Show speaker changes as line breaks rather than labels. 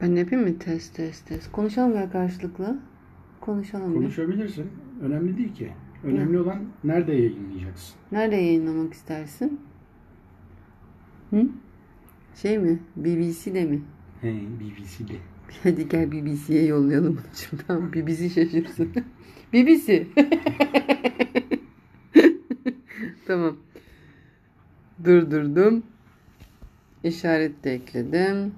Ben ne yapayım mı? Test test test. Konuşalım ya karşılıklı. Konuşalım. bir.
Konuşabilirsin. Önemli değil ki. Önemli olan nerede yayınlayacaksın.
Nerede yayınlamak istersin? Hı? Şey mi? BBC'de mi?
He, BBC'de.
Hadi gel BBC'ye yollayalım bunu şimdi. Tamam BBC şaşırsın. BBC. tamam. Durdurdum. İşaret de ekledim.